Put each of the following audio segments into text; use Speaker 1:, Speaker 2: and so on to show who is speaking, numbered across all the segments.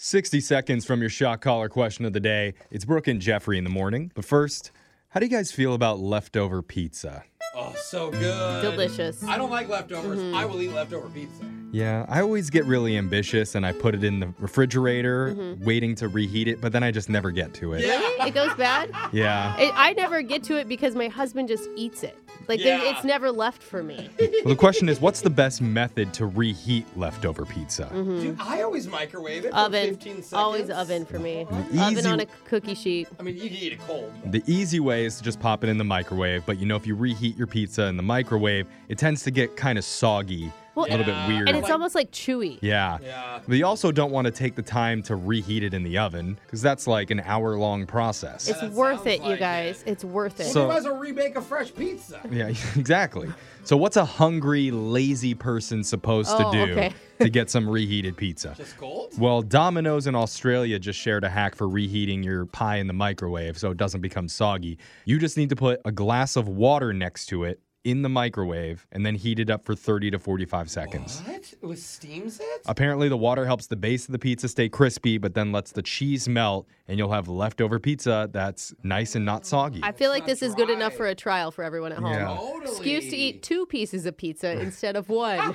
Speaker 1: 60 seconds from your shot caller question of the day. It's Brooke and Jeffrey in the morning. But first, how do you guys feel about leftover pizza?
Speaker 2: Oh, so good.
Speaker 3: Delicious. Mm-hmm.
Speaker 2: I don't like leftovers. I will eat leftover pizza.
Speaker 1: Yeah, I always get really ambitious and I put it in the refrigerator,
Speaker 3: Mm-hmm.
Speaker 1: waiting to reheat it, but then I just never get to it.
Speaker 3: Really? It goes bad?
Speaker 1: Yeah.
Speaker 3: It, I never get to it because my husband just eats it. Like there-
Speaker 2: Yeah.
Speaker 3: it's never left for me.
Speaker 1: Well, the question is what's the best method to reheat leftover pizza?
Speaker 3: Mm-hmm.
Speaker 2: Dude, I always microwave it. for
Speaker 3: Oven,
Speaker 2: 15 seconds.
Speaker 3: always oven for me.
Speaker 1: An
Speaker 3: Oven
Speaker 1: Mm-hmm. easy-
Speaker 3: on a cookie sheet.
Speaker 2: I mean, you can eat it cold.
Speaker 1: The easy way is to just pop it in the microwave, but you know, if you reheat your pizza in the microwave, it tends to get kind of soggy,
Speaker 3: Well,
Speaker 1: a little bit
Speaker 2: Yeah.
Speaker 1: weird.
Speaker 3: And it's almost like chewy.
Speaker 1: yeah.
Speaker 2: Yeah.
Speaker 1: But you also don't want to take the time to reheat it in the oven because that's like an hour long process.
Speaker 3: It's
Speaker 2: that
Speaker 3: worth
Speaker 2: sounds
Speaker 3: it, you
Speaker 2: like
Speaker 3: guys. It's worth it.
Speaker 1: So-
Speaker 2: you might as well remake a fresh pizza.
Speaker 1: yeah, exactly. So, what's a hungry, lazy person supposed
Speaker 3: Oh,
Speaker 1: to do
Speaker 3: okay.
Speaker 1: to get some reheated pizza?
Speaker 2: Just cold?
Speaker 1: Well, Domino's in Australia just shared a hack for reheating your pie in the microwave so it doesn't become soggy. You just need to put a glass of water next to it in the microwave and then heat it up for 30 to 45 seconds.
Speaker 2: What? It was steams it?
Speaker 1: Apparently, the water helps the base of the pizza stay crispy, but then lets the cheese melt, and you'll have leftover pizza that's nice and not soggy.
Speaker 3: I feel like
Speaker 2: not
Speaker 3: this is good enough
Speaker 2: dry.
Speaker 3: for a trial for everyone at home.
Speaker 1: Yeah.
Speaker 2: Totally.
Speaker 3: Excuse to eat two pieces of pizza instead of one.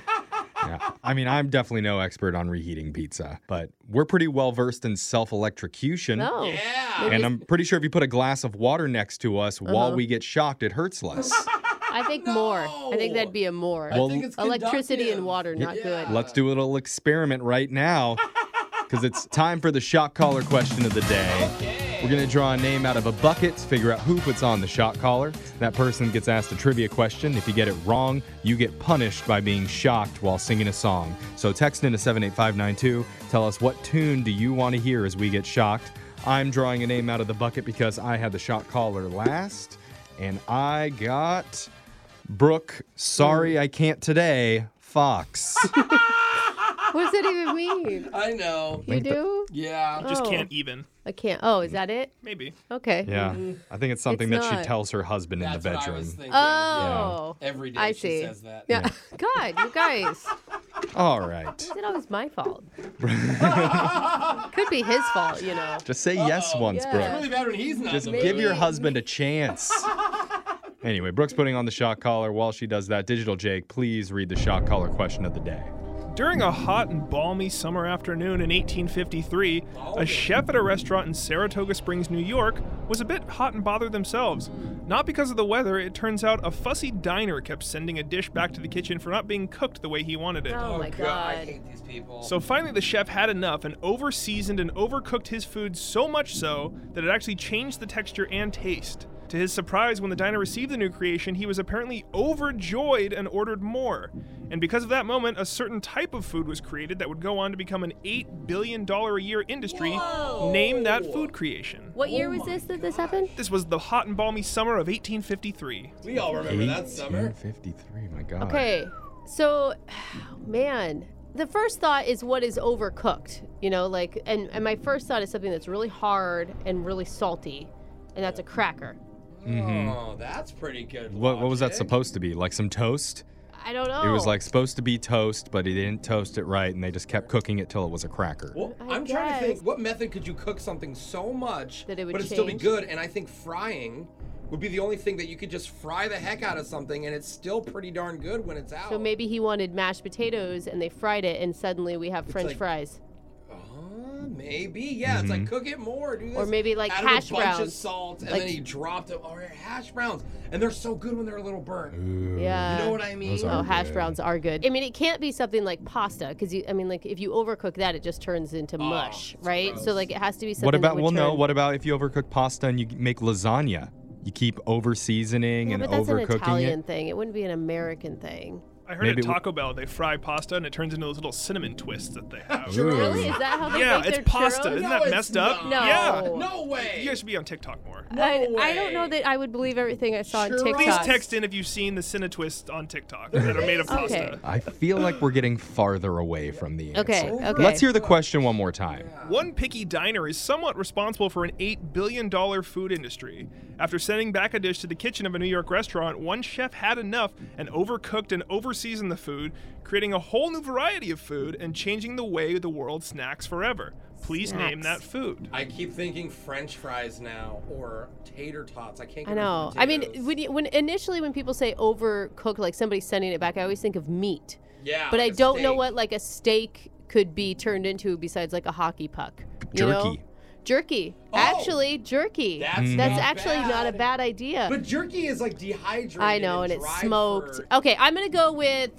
Speaker 1: Yeah. I mean, I'm definitely no expert on reheating pizza, but we're pretty well versed in self electrocution.
Speaker 3: No.
Speaker 2: Yeah.
Speaker 1: And I'm pretty sure if you put a glass of water next to us
Speaker 3: Uh-huh.
Speaker 1: while we get shocked, it hurts less.
Speaker 3: I think more. I think that'd be a more.
Speaker 2: I think it's
Speaker 3: Electricity
Speaker 2: conductive.
Speaker 3: and water, not
Speaker 2: Yeah.
Speaker 3: good.
Speaker 1: Let's do a little experiment right now because it's time for the shock collar question of the day. We're going to draw a name out of a bucket, figure out who puts on the shock collar. That person gets asked a trivia question. If you get it wrong, you get punished by being shocked while singing a song. So text into 78592. Tell us what tune do you want to hear as we get shocked. I'm drawing a name out of the bucket because I had the shock collar last, and I got Brooke. Sorry, I can't today. Fox.
Speaker 3: What does that even mean?
Speaker 2: I know.
Speaker 3: You do?
Speaker 2: Yeah.
Speaker 4: Just
Speaker 3: Oh.
Speaker 4: can't even.
Speaker 3: I can't. Oh, is that it?
Speaker 4: Maybe.
Speaker 3: Okay.
Speaker 1: Yeah, I think it's something
Speaker 3: Mm-hmm. It's
Speaker 1: that
Speaker 3: not.
Speaker 1: she tells her husband in
Speaker 2: That's
Speaker 1: the
Speaker 2: what I was
Speaker 1: bedroom.
Speaker 2: thinking.
Speaker 3: Oh.
Speaker 2: Every day
Speaker 3: I
Speaker 2: she
Speaker 3: see.
Speaker 2: says that.
Speaker 3: Yeah. God, you guys.
Speaker 1: All right,
Speaker 3: Is it always my fault? Could be his fault, you know.
Speaker 1: just say yes once,
Speaker 3: Yeah.
Speaker 1: Brooke.
Speaker 2: Really bad when he's not.
Speaker 1: Just
Speaker 2: the
Speaker 1: give your
Speaker 3: Maybe-
Speaker 1: husband a chance. anyway, Brooke's putting on the shock collar. While she does that, Digital Jake, please read the shock collar question of the day.
Speaker 4: During a hot and balmy summer afternoon in 1853, a chef at a restaurant in Saratoga Springs, New York, was a bit hot and bothered themselves. Not because of the weather, it turns out a fussy diner kept sending a dish back to the kitchen for not being cooked the way he wanted it.
Speaker 3: Oh, my
Speaker 2: God, I
Speaker 3: God.
Speaker 2: hate these people.
Speaker 4: So finally, the chef had enough and overseasoned and overcooked his food so much so that it actually changed the texture and taste. To his surprise, when the diner received the new creation, he was apparently overjoyed and ordered more. And because of that moment, a certain type of food was created that would go on to become an $8 billion a year industry. Name that food creation.
Speaker 3: What year was this that this happened?
Speaker 4: This was the hot and balmy summer of 1853.
Speaker 2: we all remember that summer.
Speaker 1: 1853. My God.
Speaker 3: Okay. So, man, the first thought is what is overcooked, you know, like, and, and my first thought is something that's really hard and really salty, and that's a cracker.
Speaker 2: Oh, that's pretty good.
Speaker 1: Mm-hmm. What, what was that
Speaker 2: logic.
Speaker 1: supposed to be? Like some toast?
Speaker 3: I don't know.
Speaker 1: It was like supposed to be toast, but he didn't toast it right, and they just kept cooking it till it was a cracker.
Speaker 2: Well,
Speaker 3: I
Speaker 2: I'm trying to think
Speaker 3: guess.
Speaker 2: what method could you cook something so much
Speaker 3: That it would
Speaker 2: but it'd still be
Speaker 3: change?
Speaker 2: good? And I think frying would be the only thing that you could just fry the heck out of something and it's still pretty darn good when it's out.
Speaker 3: So maybe he wanted mashed potatoes and they fried it, and suddenly we have French
Speaker 2: like-
Speaker 3: fries.
Speaker 2: Uh, maybe, yeah. It's
Speaker 1: Mm-hmm.
Speaker 2: like cook it more, do this.
Speaker 3: Or maybe, like,
Speaker 2: added
Speaker 3: hash
Speaker 2: a bunch of
Speaker 3: browns.
Speaker 2: salt, and
Speaker 3: Like-
Speaker 2: then he dropped it. Or hash browns, and they're so good when they're a little burnt.
Speaker 3: Yeah.
Speaker 2: You know what I mean?
Speaker 1: Those
Speaker 3: Oh,
Speaker 1: are-
Speaker 3: hash
Speaker 1: Yeah.
Speaker 3: browns are good. I mean, it can't be something like pasta because you. I mean, like if you overcook that, it just turns into mush, right? So like it has to be something.
Speaker 1: What
Speaker 3: That
Speaker 1: about
Speaker 3: would
Speaker 1: well no,
Speaker 3: turn-
Speaker 1: what about if you overcook pasta and you make lasagna? You keep over seasoning
Speaker 3: Yeah,
Speaker 1: and
Speaker 3: but that's an
Speaker 1: overcooking
Speaker 3: Italian
Speaker 1: it.
Speaker 3: thing. It wouldn't be an American thing.
Speaker 4: I heard
Speaker 1: Maybe
Speaker 4: at
Speaker 1: we-
Speaker 4: Taco Bell they fry pasta and it turns into those little cinnamon twists that they have.
Speaker 1: Ooh.
Speaker 3: Really? Is that how they
Speaker 4: yeah,
Speaker 3: make
Speaker 4: it's
Speaker 3: their
Speaker 4: pasta.
Speaker 3: churros?
Speaker 4: Isn't
Speaker 2: No,
Speaker 4: that
Speaker 2: it's
Speaker 4: messed up?
Speaker 3: not.
Speaker 4: Yeah.
Speaker 3: No.
Speaker 2: No way.
Speaker 4: You guys should be on TikTok more.
Speaker 3: I,
Speaker 2: No
Speaker 3: I don't know
Speaker 2: way.
Speaker 3: that I would believe everything I saw on
Speaker 2: Churros?
Speaker 3: TikTok.
Speaker 4: Please text in if you've seen the Cine twists on TikTok that are made of
Speaker 3: Okay.
Speaker 4: pasta.
Speaker 1: I feel like we're getting farther away from the answer.
Speaker 3: Okay, okay.
Speaker 1: Let's hear the question one more time.
Speaker 4: One picky diner is somewhat responsible for an $8 billion food industry. After sending back a dish to the kitchen of a New York restaurant, one chef had enough and overcooked and overseasoned the food, creating a whole new variety of food and changing the way the world snacks forever. Please name that
Speaker 3: Snacks.
Speaker 4: food.
Speaker 2: I keep thinking French fries now or tater tots. I can't. Get
Speaker 3: I know.
Speaker 2: rid of
Speaker 3: I mean,
Speaker 2: potatoes.
Speaker 3: when, you, when initially when people say overcooked, like somebody sending it back, I always think of meat.
Speaker 2: yeah,
Speaker 3: But I
Speaker 2: like a
Speaker 3: don't know
Speaker 2: steak.
Speaker 3: what like a steak could be turned into besides like a hockey puck. you know?
Speaker 1: Jerky.
Speaker 3: Jerky.
Speaker 2: Oh!
Speaker 3: actually, jerky.
Speaker 2: That's,
Speaker 3: That's
Speaker 2: not
Speaker 3: actually not a bad idea.
Speaker 2: But jerky is like dehydrated.
Speaker 3: I know, and
Speaker 2: and
Speaker 3: it's
Speaker 2: dried
Speaker 3: smoked. Oh.
Speaker 2: for-
Speaker 3: Okay, I'm gonna go with.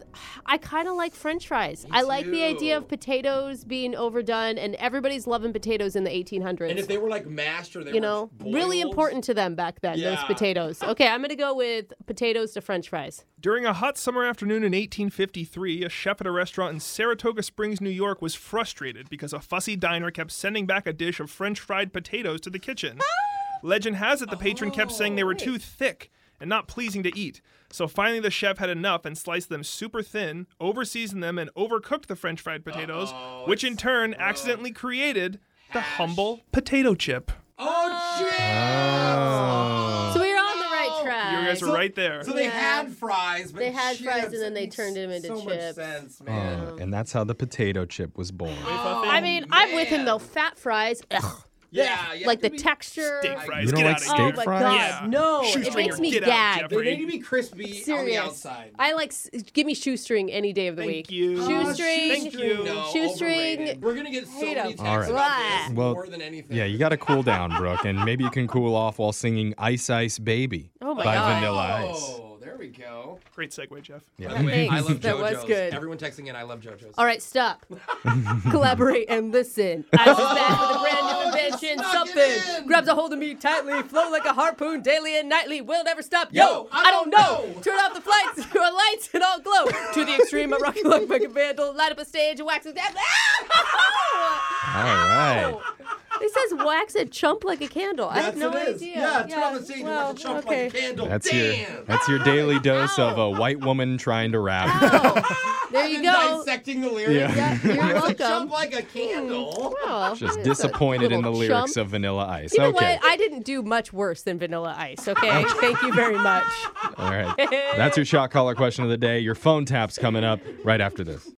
Speaker 3: I kind of like French fries.
Speaker 2: Me
Speaker 3: I like the idea
Speaker 2: too.
Speaker 3: of potatoes being overdone, and everybody's loving potatoes in the 1800s.
Speaker 2: And if they were like mashed or they
Speaker 3: you
Speaker 2: were
Speaker 3: know,
Speaker 2: boiled,
Speaker 3: really important to them back then. Those
Speaker 2: Yeah.
Speaker 3: potatoes. Okay, I'm gonna go with potatoes to French fries.
Speaker 4: During a hot summer afternoon in 1853, a chef at a restaurant in Saratoga Springs, New York, was frustrated because a fussy diner kept sending back a dish of French fried potatoes to the kitchen.
Speaker 3: Ah!
Speaker 4: Legend has it the patron kept saying
Speaker 3: Oh.
Speaker 4: they were too thick and not pleasing to eat. So finally, the chef had enough and sliced them super thin, overseasoned them, and overcooked the French fried potatoes, which in turn accidentally created the humble potato chip.
Speaker 2: Oh shit!
Speaker 3: So we were on the right track.
Speaker 4: You guys were right there.
Speaker 2: So they
Speaker 3: Yeah.
Speaker 2: had fries, but
Speaker 3: They had
Speaker 2: chips,
Speaker 3: fries and then
Speaker 2: it
Speaker 3: they
Speaker 2: makes
Speaker 3: turned 'em into
Speaker 2: so Much
Speaker 3: chips.
Speaker 2: sense,
Speaker 1: Uh,
Speaker 2: man.
Speaker 1: and that's how the potato chip was born.
Speaker 3: I mean, I'm with him though. Fat fries. Ugh.
Speaker 4: Uh,
Speaker 2: yeah, yeah,
Speaker 3: like the
Speaker 2: they-
Speaker 3: texture.
Speaker 4: Steak fries.
Speaker 1: You don't
Speaker 4: get
Speaker 1: like
Speaker 4: out of
Speaker 1: steak
Speaker 4: here.
Speaker 3: Oh my
Speaker 1: fries?
Speaker 3: god,
Speaker 4: Yeah.
Speaker 3: no!
Speaker 4: Shoestringer,
Speaker 3: it makes me
Speaker 4: get out,
Speaker 3: gag.
Speaker 4: Jeffrey.
Speaker 2: They need to be crispy on the
Speaker 3: Serious.
Speaker 2: outside. Uh,
Speaker 3: I like s- give me shoestring any day of the
Speaker 4: Thank
Speaker 3: week.
Speaker 4: you.
Speaker 3: Shoestring.
Speaker 4: Thank you.
Speaker 2: No,
Speaker 3: Shoestring.
Speaker 2: overrated. We're gonna get so
Speaker 3: Hate
Speaker 2: many
Speaker 3: 'em.
Speaker 2: texts
Speaker 1: All right.
Speaker 2: about this
Speaker 1: Well,
Speaker 2: more than anything.
Speaker 1: Yeah, you got to cool down, Brooke, and maybe you can cool off while singing Ice Ice Baby
Speaker 3: Oh my
Speaker 1: by
Speaker 3: God.
Speaker 1: Vanilla Ice.
Speaker 2: Oh, there we go.
Speaker 4: Great segue, Jeff.
Speaker 2: By the way, I
Speaker 3: Thanks.
Speaker 2: love
Speaker 3: That was
Speaker 2: JoJo's.
Speaker 3: good.
Speaker 2: Everyone texting in, I love JoJo's.
Speaker 3: All right, stop. Collaborate and listen. I was back with a brand new invention.
Speaker 2: Suck Oh, it in.
Speaker 3: Something grabs a hold of me tightly, flow like a harpoon daily and nightly. Will never stop. Yo,
Speaker 2: I
Speaker 3: I
Speaker 2: don't
Speaker 3: don't
Speaker 2: know.
Speaker 3: know. Turn off the flights, your lights, and all glow. To the extreme, I rock you like a vandal. Light up a stage and wax a damn.
Speaker 1: All right.
Speaker 3: It says wax a chump like a candle. I
Speaker 2: Yes,
Speaker 3: have no
Speaker 2: it is.
Speaker 3: idea.
Speaker 2: Yeah, turn on the stage
Speaker 3: well,
Speaker 2: and watch it chomp
Speaker 3: okay.
Speaker 2: like a candle.
Speaker 1: That's
Speaker 2: Damn.
Speaker 1: your that's your daily dose of a white woman trying to rap.
Speaker 3: Oh, there you
Speaker 2: I've been
Speaker 3: go.
Speaker 2: Dissecting the lyrics.
Speaker 1: Yeah.
Speaker 3: Yeah, you're
Speaker 2: Like,
Speaker 3: welcome.
Speaker 2: Chomp like a candle.
Speaker 3: Oh,
Speaker 1: Just
Speaker 3: that's a
Speaker 1: disappointed in the
Speaker 3: little
Speaker 1: lyrics
Speaker 3: chump.
Speaker 1: of Vanilla Ice.
Speaker 3: You know
Speaker 1: okay.
Speaker 3: what? I didn't do much worse than Vanilla Ice. Okay, thank you very much.
Speaker 1: All right. That's your shot caller question of the day. Your phone tap's coming up right after this.